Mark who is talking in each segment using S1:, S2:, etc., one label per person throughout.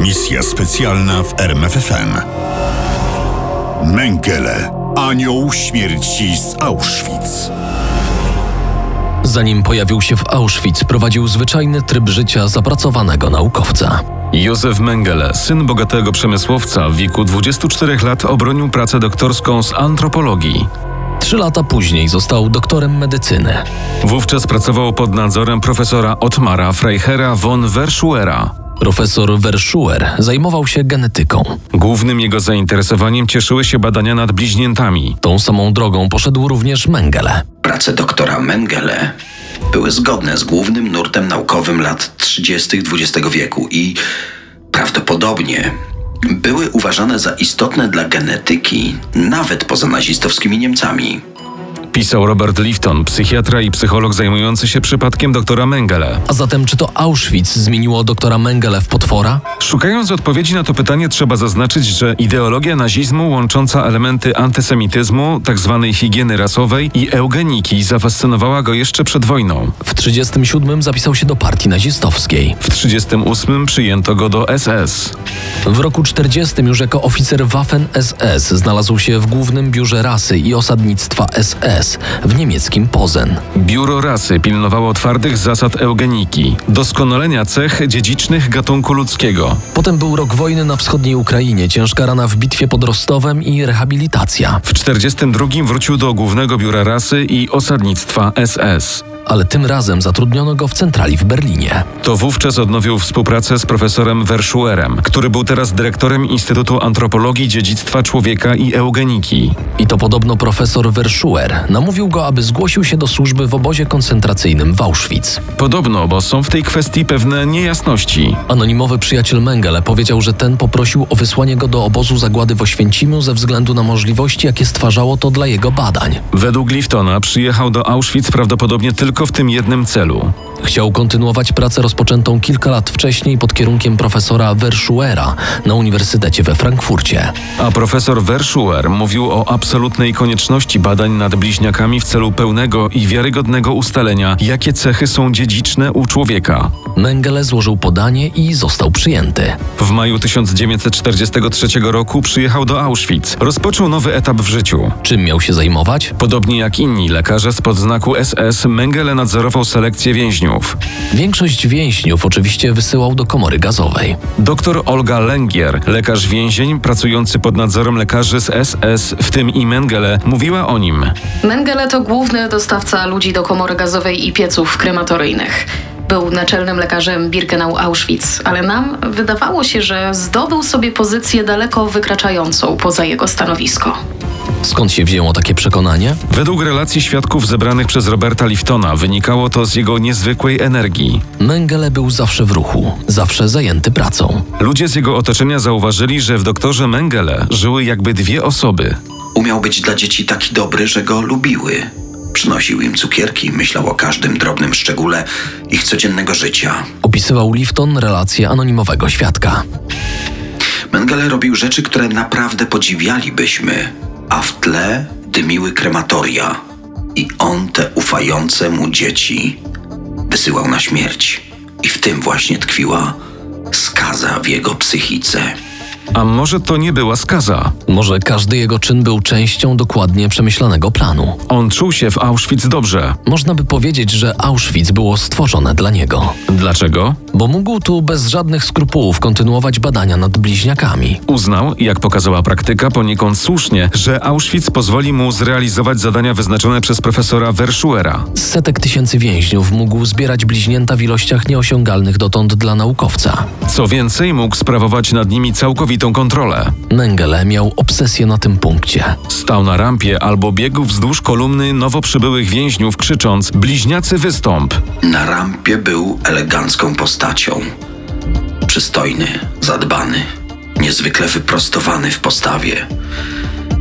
S1: Misja specjalna w RMFFM. Mengele. Anioł śmierci z Auschwitz.
S2: Zanim pojawił się w Auschwitz, prowadził zwyczajny tryb życia zapracowanego naukowca.
S3: Józef Mengele, syn bogatego przemysłowca, w wieku 24 lat obronił pracę doktorską z antropologii.
S2: Trzy lata później został doktorem medycyny.
S3: Wówczas pracował pod nadzorem profesora Otmara Freichera von Verschuera.
S2: Profesor Verschuer zajmował się genetyką.
S3: Głównym jego zainteresowaniem cieszyły się badania nad bliźniętami.
S2: Tą samą drogą poszedł również Mengele.
S4: Prace doktora Mengele były zgodne z głównym nurtem naukowym lat 30. XX wieku i prawdopodobnie były uważane za istotne dla genetyki nawet poza nazistowskimi Niemcami.
S3: Pisał Robert Lifton, psychiatra i psycholog zajmujący się przypadkiem doktora Mengele.
S2: A zatem czy to Auschwitz zmieniło doktora Mengele w potwora?
S3: Szukając odpowiedzi na to pytanie, trzeba zaznaczyć, że ideologia nazizmu łącząca elementy antysemityzmu, tzw. higieny rasowej i eugeniki zafascynowała go jeszcze przed wojną.
S2: W 1937 zapisał się do partii nazistowskiej.
S3: W 1938 przyjęto go do SS.
S2: W roku 40 już jako oficer Waffen SS znalazł się w głównym biurze rasy i osadnictwa SS w niemieckim Pozen.
S3: Biuro Rasy pilnowało twardych zasad eugeniki, doskonalenia cech dziedzicznych gatunku ludzkiego.
S2: Potem był rok wojny na wschodniej Ukrainie, ciężka rana w bitwie pod Rostowem i rehabilitacja.
S3: W 1942 wrócił do Głównego Biura Rasy i Osadnictwa SS.
S2: Ale tym razem zatrudniono go w centrali w Berlinie.
S3: To wówczas odnowił współpracę z profesorem Verschuerem, który był teraz dyrektorem Instytutu Antropologii Dziedzictwa Człowieka i Eugeniki.
S2: I to podobno profesor Verschuer namówił go, aby zgłosił się do służby w obozie koncentracyjnym w Auschwitz.
S3: Podobno, bo są w tej kwestii pewne niejasności.
S2: Anonimowy przyjaciel Mengele powiedział, że ten poprosił o wysłanie go do obozu zagłady w Oświęcimiu ze względu na możliwości, jakie stwarzało to dla jego badań.
S3: Według Liftona przyjechał do Auschwitz prawdopodobnie tylko w tym jednym celu.
S2: Chciał kontynuować pracę rozpoczętą kilka lat wcześniej pod kierunkiem profesora Verschuera na Uniwersytecie we Frankfurcie.
S3: A profesor Verschuer mówił o absolutnej konieczności badań nad bliźniakami w celu pełnego i wiarygodnego ustalenia, jakie cechy są dziedziczne u człowieka.
S2: Mengele złożył podanie i został przyjęty.
S3: W maju 1943 roku przyjechał do Auschwitz. Rozpoczął nowy etap w życiu.
S2: Czym miał się zajmować?
S3: Podobnie jak inni lekarze z podznaku SS, Mengele nadzorował selekcję więźniów.
S2: Większość więźniów oczywiście wysyłał do komory gazowej.
S3: Doktor Olga Lengier, lekarz więzień pracujący pod nadzorem lekarzy z SS, w tym i Mengele, mówiła o nim.
S5: Mengele to główny dostawca ludzi do komory gazowej i pieców krematoryjnych. Był naczelnym lekarzem Birkenau Auschwitz, ale nam wydawało się, że zdobył sobie pozycję daleko wykraczającą poza jego stanowisko.
S2: Skąd się wzięło takie przekonanie?
S3: Według relacji świadków zebranych przez Roberta Liftona wynikało to z jego niezwykłej energii.
S2: Mengele był zawsze w ruchu, zawsze zajęty pracą.
S3: Ludzie z jego otoczenia zauważyli, że w doktorze Mengele żyły jakby dwie osoby.
S4: Umiał być dla dzieci taki dobry, że go lubiły. Przynosił im cukierki, myślał o każdym drobnym szczególe ich codziennego życia.
S2: Opisywał Lifton relację anonimowego świadka.
S4: Mengele robił rzeczy, które naprawdę podziwialibyśmy, a w tle dymiły krematoria i on te ufające mu dzieci wysyłał na śmierć. I w tym właśnie tkwiła skaza w jego psychice.
S3: A może to nie była skaza?
S2: Może każdy jego czyn był częścią dokładnie przemyślanego planu.
S3: On czuł się w Auschwitz dobrze.
S2: Można by powiedzieć, że Auschwitz było stworzone dla niego,
S3: Dlaczego?
S2: bo mógł tu bez żadnych skrupułów kontynuować badania nad bliźniakami.
S3: Uznał, jak pokazała praktyka, poniekąd słusznie, że Auschwitz pozwoli mu zrealizować zadania wyznaczone przez profesora Verschuera.
S2: Z setek tysięcy więźniów mógł zbierać bliźnięta w ilościach nieosiągalnych dotąd dla naukowca.
S3: Co więcej, mógł sprawować nad nimi całkowitą kontrolę.
S2: Mengele miał obsesję na tym punkcie.
S3: Stał na rampie albo biegł wzdłuż kolumny nowo przybyłych więźniów, krzycząc: Bliźniacy, wystąp!
S4: Na rampie był elegancką postacią. Przystojny, zadbany, niezwykle wyprostowany w postawie.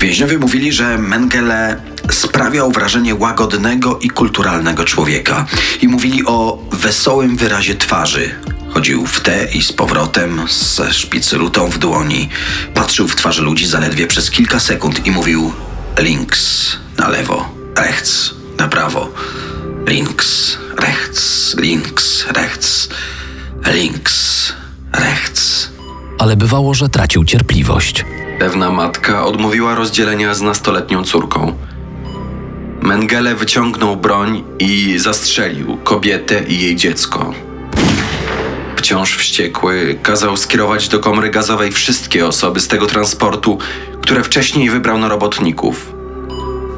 S4: Więźniowie mówili, że Mengele sprawiał wrażenie łagodnego i kulturalnego człowieka i mówili o wesołym wyrazie twarzy. Chodził w te i z powrotem ze szpicylutą w dłoni. Patrzył w twarze ludzi zaledwie przez kilka sekund i mówił links na lewo, rechts na prawo. Links, rechts, links, rechts, links, rechts.
S2: ale bywało, że tracił cierpliwość.
S4: Pewna matka odmówiła rozdzielenia z nastoletnią córką. Mengele wyciągnął broń i zastrzelił kobietę i jej dziecko. Wciąż wściekły, kazał skierować do komry gazowej wszystkie osoby z tego transportu, które wcześniej wybrał na robotników.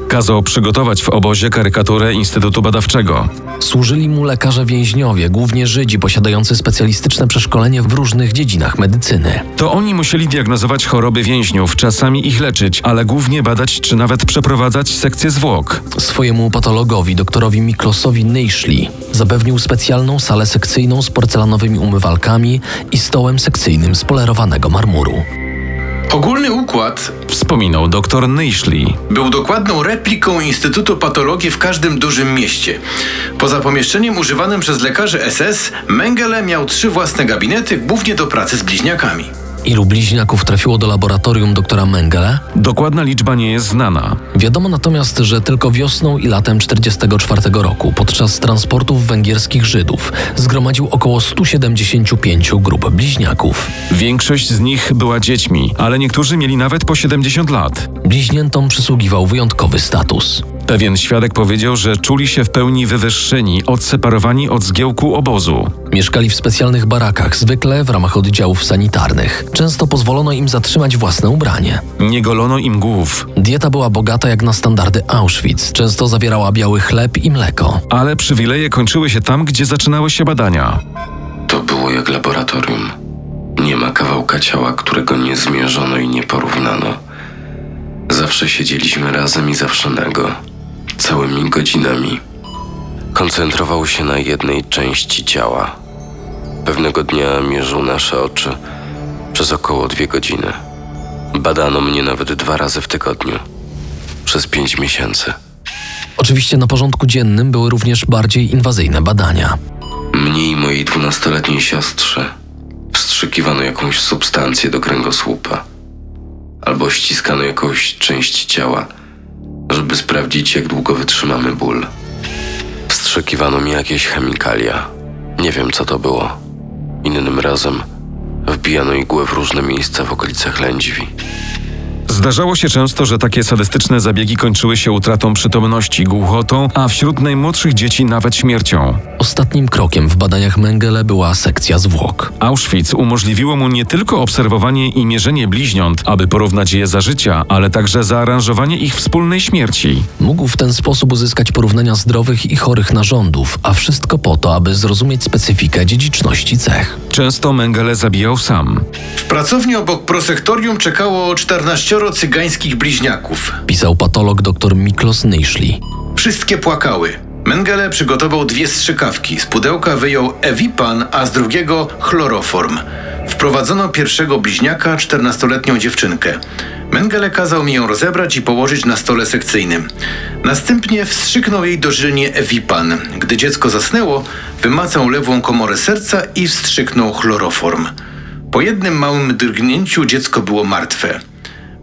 S3: Kazał przygotować w obozie karykaturę Instytutu Badawczego.
S2: Służyli mu lekarze więźniowie, głównie Żydzi posiadający specjalistyczne przeszkolenie w różnych dziedzinach medycyny.
S3: To oni musieli diagnozować choroby więźniów, czasami ich leczyć, ale głównie badać czy nawet przeprowadzać sekcję zwłok.
S2: Swojemu patologowi, doktorowi Miklosowi Nyszli, zapewnił specjalną salę sekcyjną z porcelanowymi umywalkami i stołem sekcyjnym z polerowanego marmuru.
S6: Ogólny układ
S3: Wspominał doktor Nyszli.
S6: był dokładną repliką Instytutu Patologii w każdym dużym mieście. Poza pomieszczeniem używanym przez lekarzy SS, Mengele miał trzy własne gabinety, głównie do pracy z bliźniakami.
S2: Ilu bliźniaków trafiło do laboratorium doktora Mengele?
S3: Dokładna liczba nie jest znana.
S2: Wiadomo natomiast, że tylko wiosną i latem 1944 roku podczas transportów węgierskich Żydów zgromadził około 175 grup bliźniaków.
S3: Większość z nich była dziećmi, ale niektórzy mieli nawet po 70 lat.
S2: Bliźniętom przysługiwał wyjątkowy status.
S3: Pewien świadek powiedział, że czuli się w pełni wywyższeni, odseparowani od zgiełku obozu.
S2: Mieszkali w specjalnych barakach, zwykle w ramach oddziałów sanitarnych. Często pozwolono im zatrzymać własne ubranie.
S3: Nie golono im głów,
S2: Dieta była bogata jak na standardy Auschwitz, często zawierała biały chleb i mleko.
S3: ale przywileje kończyły się tam, gdzie zaczynały się badania.
S4: To było jak laboratorium. Nie ma kawałka ciała, którego nie zmierzono i nie porównano. Zawsze siedzieliśmy razem i zawsze nago, całymi godzinami. Koncentrował się na jednej części ciała. Pewnego dnia mierzył nasze oczy przez około dwie godziny. Badano mnie nawet dwa razy w tygodniu, przez pięć miesięcy.
S2: Oczywiście na porządku dziennym były również bardziej inwazyjne badania.
S4: Mnie i mojej dwunastoletniej siostrze wstrzykiwano jakąś substancję do kręgosłupa albo ściskano jakąś część ciała, żeby sprawdzić, jak długo wytrzymamy ból. Wstrzykiwano mi jakieś chemikalia. Nie wiem, co to było. Innym razem wbijano igłę w różne miejsca w okolicach lędźwi.
S3: Zdarzało się często, że takie sadystyczne zabiegi kończyły się utratą przytomności, głuchotą, a wśród najmłodszych dzieci nawet śmiercią.
S2: Ostatnim krokiem w badaniach Mengele była sekcja zwłok.
S3: Auschwitz umożliwiło mu nie tylko obserwowanie i mierzenie bliźniąt, aby porównać je za życia, ale także zaaranżowanie ich wspólnej śmierci.
S2: Mógł w ten sposób uzyskać porównania zdrowych i chorych narządów, a wszystko po to, aby zrozumieć specyfikę dziedziczności cech.
S3: Często Mengele zabijał sam.
S6: W pracowni obok prosektorium czekało 14 cygańskich bliźniaków.
S2: Pisał patolog dr Miklos Nyszli.
S6: Wszystkie płakały. Mengele przygotował dwie strzykawki. Z pudełka wyjął Ewipan, a z drugiego chloroform. Wprowadzono pierwszego bliźniaka, 14-letnią dziewczynkę. Mengele kazał mi ją rozebrać i położyć na stole sekcyjnym. Następnie wstrzyknął jej dożylnie Ewipan. Gdy dziecko zasnęło, wymacał lewą komorę serca i wstrzyknął chloroform. Po jednym małym drgnięciu dziecko było martwe.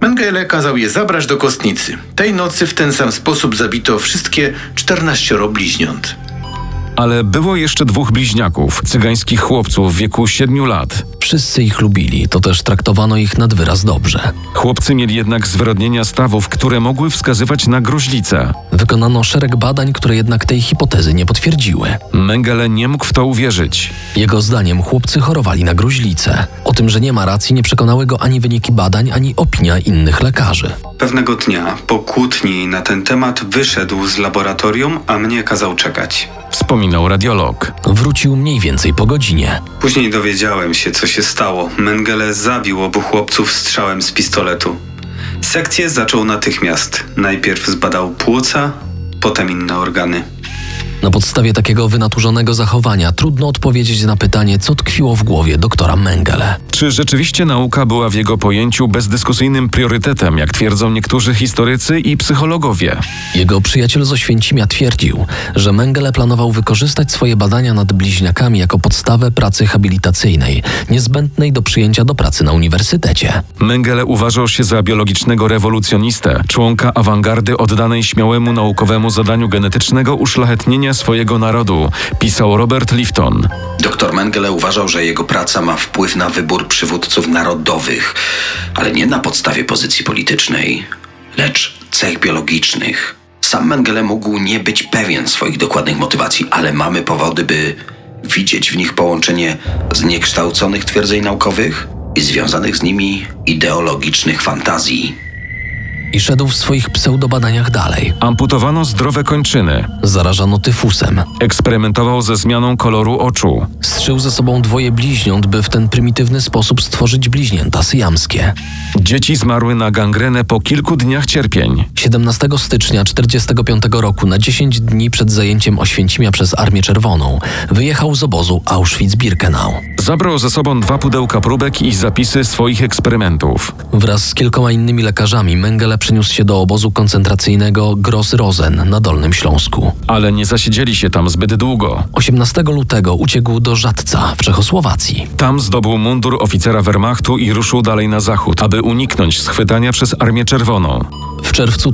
S6: Mengele kazał je zabrać do kostnicy. Tej nocy w ten sam sposób zabito wszystkie 14 bliźniąt.
S3: Ale było jeszcze dwóch bliźniaków, cygańskich chłopców w wieku 7 lat.
S2: Wszyscy ich lubili, to też traktowano ich nad wyraz dobrze.
S3: Chłopcy mieli jednak zwyrodnienia stawów, które mogły wskazywać na gruźlicę.
S2: Wykonano szereg badań, które jednak tej hipotezy nie potwierdziły.
S3: Mengele nie mógł w to uwierzyć.
S2: Jego zdaniem chłopcy chorowali na gruźlicę. O tym, że nie ma racji, nie przekonały go ani wyniki badań, ani opinia innych lekarzy.
S7: Pewnego dnia po kłótni na ten temat wyszedł z laboratorium, a mnie kazał czekać.
S3: Wspominał radiolog.
S2: Wrócił mniej więcej po godzinie.
S7: Później dowiedziałem się, co się stało. Mengele zabił obu chłopców strzałem z pistoletu. Sekcję zaczął natychmiast. Najpierw zbadał płuca, potem inne organy.
S2: Na podstawie takiego wynaturzonego zachowania trudno odpowiedzieć na pytanie, co tkwiło w głowie doktora Mengele.
S3: Czy rzeczywiście nauka była w jego pojęciu bezdyskusyjnym priorytetem, jak twierdzą niektórzy historycy i psychologowie?
S2: Jego przyjaciel z Oświęcimia twierdził, że Mengele planował wykorzystać swoje badania nad bliźniakami jako podstawę pracy habilitacyjnej, niezbędnej do przyjęcia do pracy na uniwersytecie.
S3: Mengele uważał się za biologicznego rewolucjonistę, członka awangardy oddanej śmiałemu naukowemu zadaniu genetycznego uszlachetnienia zbrodnia swojego narodu, pisał Robert Lifton.
S4: Dr Mengele uważał, że jego praca ma wpływ na wybór przywódców narodowych, ale nie na podstawie pozycji politycznej, lecz cech biologicznych. Sam Mengele mógł nie być pewien swoich dokładnych motywacji, ale mamy powody, by widzieć w nich połączenie zniekształconych twierdzeń naukowych i związanych z nimi ideologicznych fantazji.
S2: I szedł w swoich pseudobadaniach dalej.
S3: Amputowano zdrowe kończyny.
S2: Zarażano tyfusem.
S3: Eksperymentował ze zmianą koloru oczu.
S2: Strzył ze sobą dwoje bliźniąt, by w ten prymitywny sposób stworzyć bliźnięta syjamskie.
S3: Dzieci zmarły na gangrenę po kilku dniach cierpień.
S2: 17 stycznia 1945 roku, na 10 dni przed zajęciem Oświęcimia przez Armię Czerwoną, wyjechał z obozu Auschwitz-Birkenau.
S3: Zabrał ze sobą dwa pudełka próbek i zapisy swoich eksperymentów.
S2: Wraz z kilkoma innymi lekarzami Mengele przeniósł się do obozu koncentracyjnego Gross Rosen na Dolnym Śląsku.
S3: Ale nie zasiedzieli się tam zbyt długo.
S2: 18 lutego uciekł do Rzadca w Czechosłowacji.
S3: Tam zdobył mundur oficera Wehrmachtu i ruszył dalej na zachód, aby uniknąć schwytania przez Armię Czerwoną.
S2: W czerwcu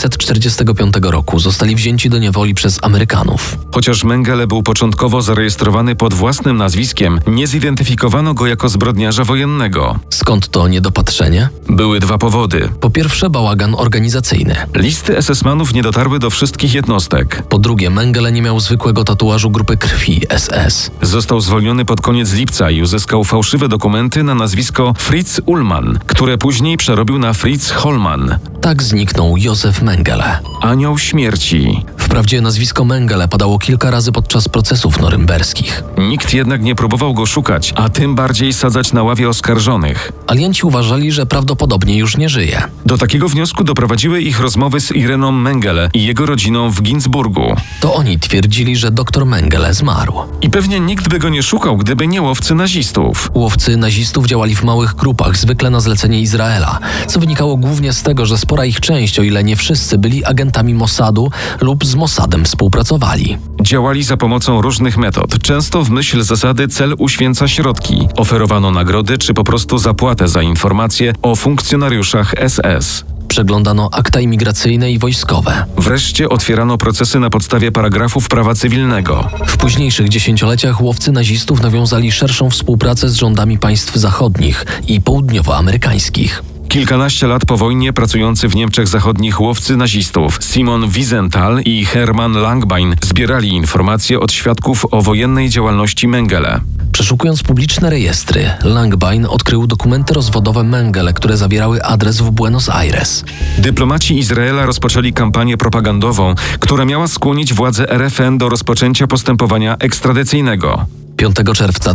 S2: 1945 roku zostali wzięci do niewoli przez Amerykanów.
S3: Chociaż Mengele był początkowo zarejestrowany pod własnym nazwiskiem, nie zidentyfikowano go jako zbrodniarza wojennego.
S2: Skąd to niedopatrzenie?
S3: Były dwa powody.
S2: Po pierwsze bałagan organizacyjny.
S3: Listy SS-manów nie dotarły do wszystkich jednostek.
S2: Po drugie Mengele nie miał zwykłego tatuażu grupy krwi SS.
S3: Został zwolniony pod koniec lipca i uzyskał fałszywe dokumenty na nazwisko Fritz Ullmann, które później przerobił na Fritz Hollmann,
S2: Tak zniknął Józef Mengele.
S3: anioł śmierci.
S2: Wprawdzie nazwisko Mengele padało kilka razy podczas procesów norymberskich.
S3: Nikt jednak nie próbował go szukać, a tym bardziej sadzać na ławie oskarżonych.
S2: Alianci uważali, że prawdopodobnie już nie żyje.
S3: Do takiego wniosku doprowadziły ich rozmowy z Ireną Mengele i jego rodziną w Ginzburgu.
S2: To oni twierdzili, że dr Mengele zmarł.
S3: I pewnie nikt by go nie szukał, gdyby nie łowcy nazistów.
S2: Łowcy nazistów działali w małych grupach, zwykle na zlecenie Izraela, co wynikało głównie z tego, że spora ich część, o ile nie wszyscy, byli agentami Mossadu lub z Mossadem współpracowali.
S3: Działali za pomocą różnych metod, często w myśl zasady cel uświęca środki. Oferowano nagrody czy po prostu zapłatę za informacje o funkcjonariuszach SS.
S2: Przeglądano akta imigracyjne i wojskowe.
S3: Wreszcie otwierano procesy na podstawie paragrafów prawa cywilnego.
S2: W późniejszych dziesięcioleciach łowcy nazistów nawiązali szerszą współpracę z rządami państw zachodnich i południowoamerykańskich.
S3: Kilkanaście lat po wojnie pracujący w Niemczech Zachodnich łowcy nazistów Simon Wiesenthal i Hermann Langbein zbierali informacje od świadków o wojennej działalności Mengele.
S2: Przeszukując publiczne rejestry, Langbein odkrył dokumenty rozwodowe Mengele, które zawierały adres w Buenos Aires.
S3: Dyplomaci Izraela rozpoczęli kampanię propagandową, która miała skłonić władze RFN do rozpoczęcia postępowania ekstradycyjnego.
S2: 5 czerwca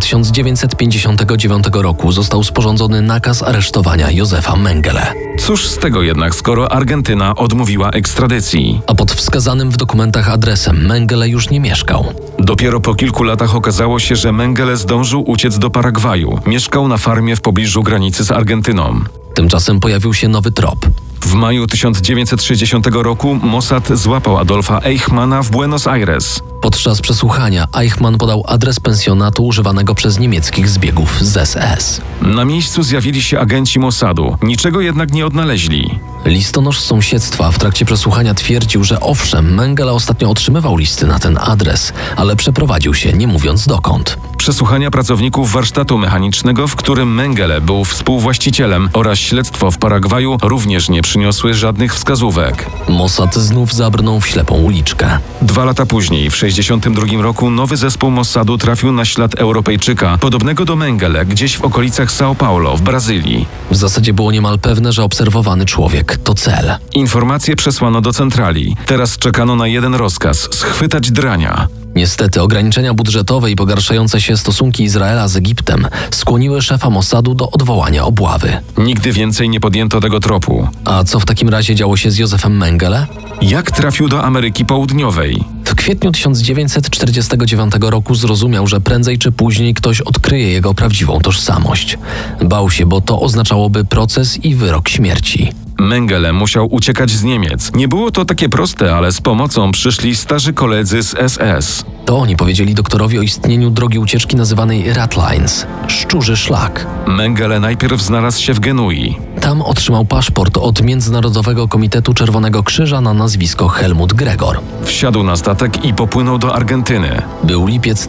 S2: 1959 roku został sporządzony nakaz aresztowania Józefa Mengele,
S3: Cóż z tego jednak, skoro Argentyna odmówiła ekstradycji?
S2: a pod wskazanym w dokumentach adresem Mengele już nie mieszkał.
S3: Dopiero po kilku latach okazało się, że Mengele zdążył uciec do Paragwaju. Mieszkał na farmie w pobliżu granicy z Argentyną.
S2: Tymczasem pojawił się nowy trop.
S3: W maju 1960 roku Mossad złapał Adolfa Eichmana w Buenos Aires.
S2: Podczas przesłuchania Eichmann podał adres pensjonatu używanego przez niemieckich zbiegów z SS.
S3: Na miejscu zjawili się agenci Mossadu, niczego jednak nie odnaleźli.
S2: Listonosz z sąsiedztwa w trakcie przesłuchania twierdził, że owszem, Mengele ostatnio otrzymywał listy na ten adres, ale przeprowadził się nie mówiąc dokąd.
S3: Przesłuchania pracowników warsztatu mechanicznego, w którym Mengele był współwłaścicielem oraz śledztwo w Paragwaju również nie przyniosły żadnych wskazówek.
S2: Mossad znów zabrnął w ślepą uliczkę.
S3: Dwa lata później, w 1962 roku, nowy zespół Mossadu trafił na ślad Europejczyka, podobnego do Mengele, gdzieś w okolicach São Paulo w Brazylii.
S2: W zasadzie było niemal pewne, że obserwowany człowiek to cel.
S3: Informacje przesłano do centrali. Teraz czekano na jeden rozkaz schwytać drania.
S2: Niestety ograniczenia budżetowe i pogarszające się stosunki Izraela z Egiptem skłoniły szefa Mossadu do odwołania obławy.
S3: Nigdy więcej nie podjęto tego tropu.
S2: A co w takim razie działo się z Józefem Mengele?
S3: Jak trafił do Ameryki Południowej?
S2: W kwietniu 1949 roku zrozumiał, że prędzej czy później ktoś odkryje jego prawdziwą tożsamość. Bał się, bo to oznaczałoby proces i wyrok śmierci.
S3: Mengele musiał uciekać z Niemiec. Nie było to takie proste, ale z pomocą przyszli starzy koledzy z SS.
S2: To oni powiedzieli doktorowi o istnieniu drogi ucieczki nazywanej Ratlines – szczurzy szlak.
S3: Mengele najpierw znalazł się w Genui.
S2: Tam otrzymał paszport od Międzynarodowego Komitetu Czerwonego Krzyża na nazwisko Helmut Gregor.
S3: Wsiadł na statek i popłynął do Argentyny.
S2: Był lipiec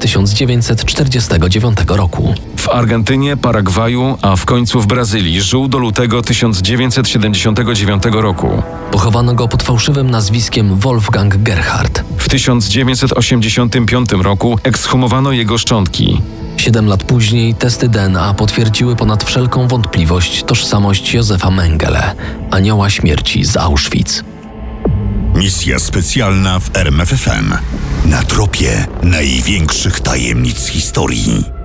S2: 1949 roku.
S3: W Argentynie, Paragwaju, a w końcu w Brazylii żył do lutego 1979 roku.
S2: Pochowano go pod fałszywym nazwiskiem Wolfgang Gerhard.
S3: W 1985 roku ekshumowano jego szczątki.
S2: Siedem lat później testy DNA potwierdziły ponad wszelką wątpliwość tożsamość Józefa Mengele, anioła śmierci z Auschwitz.
S1: Misja specjalna w RMFFM. Na tropie największych tajemnic historii.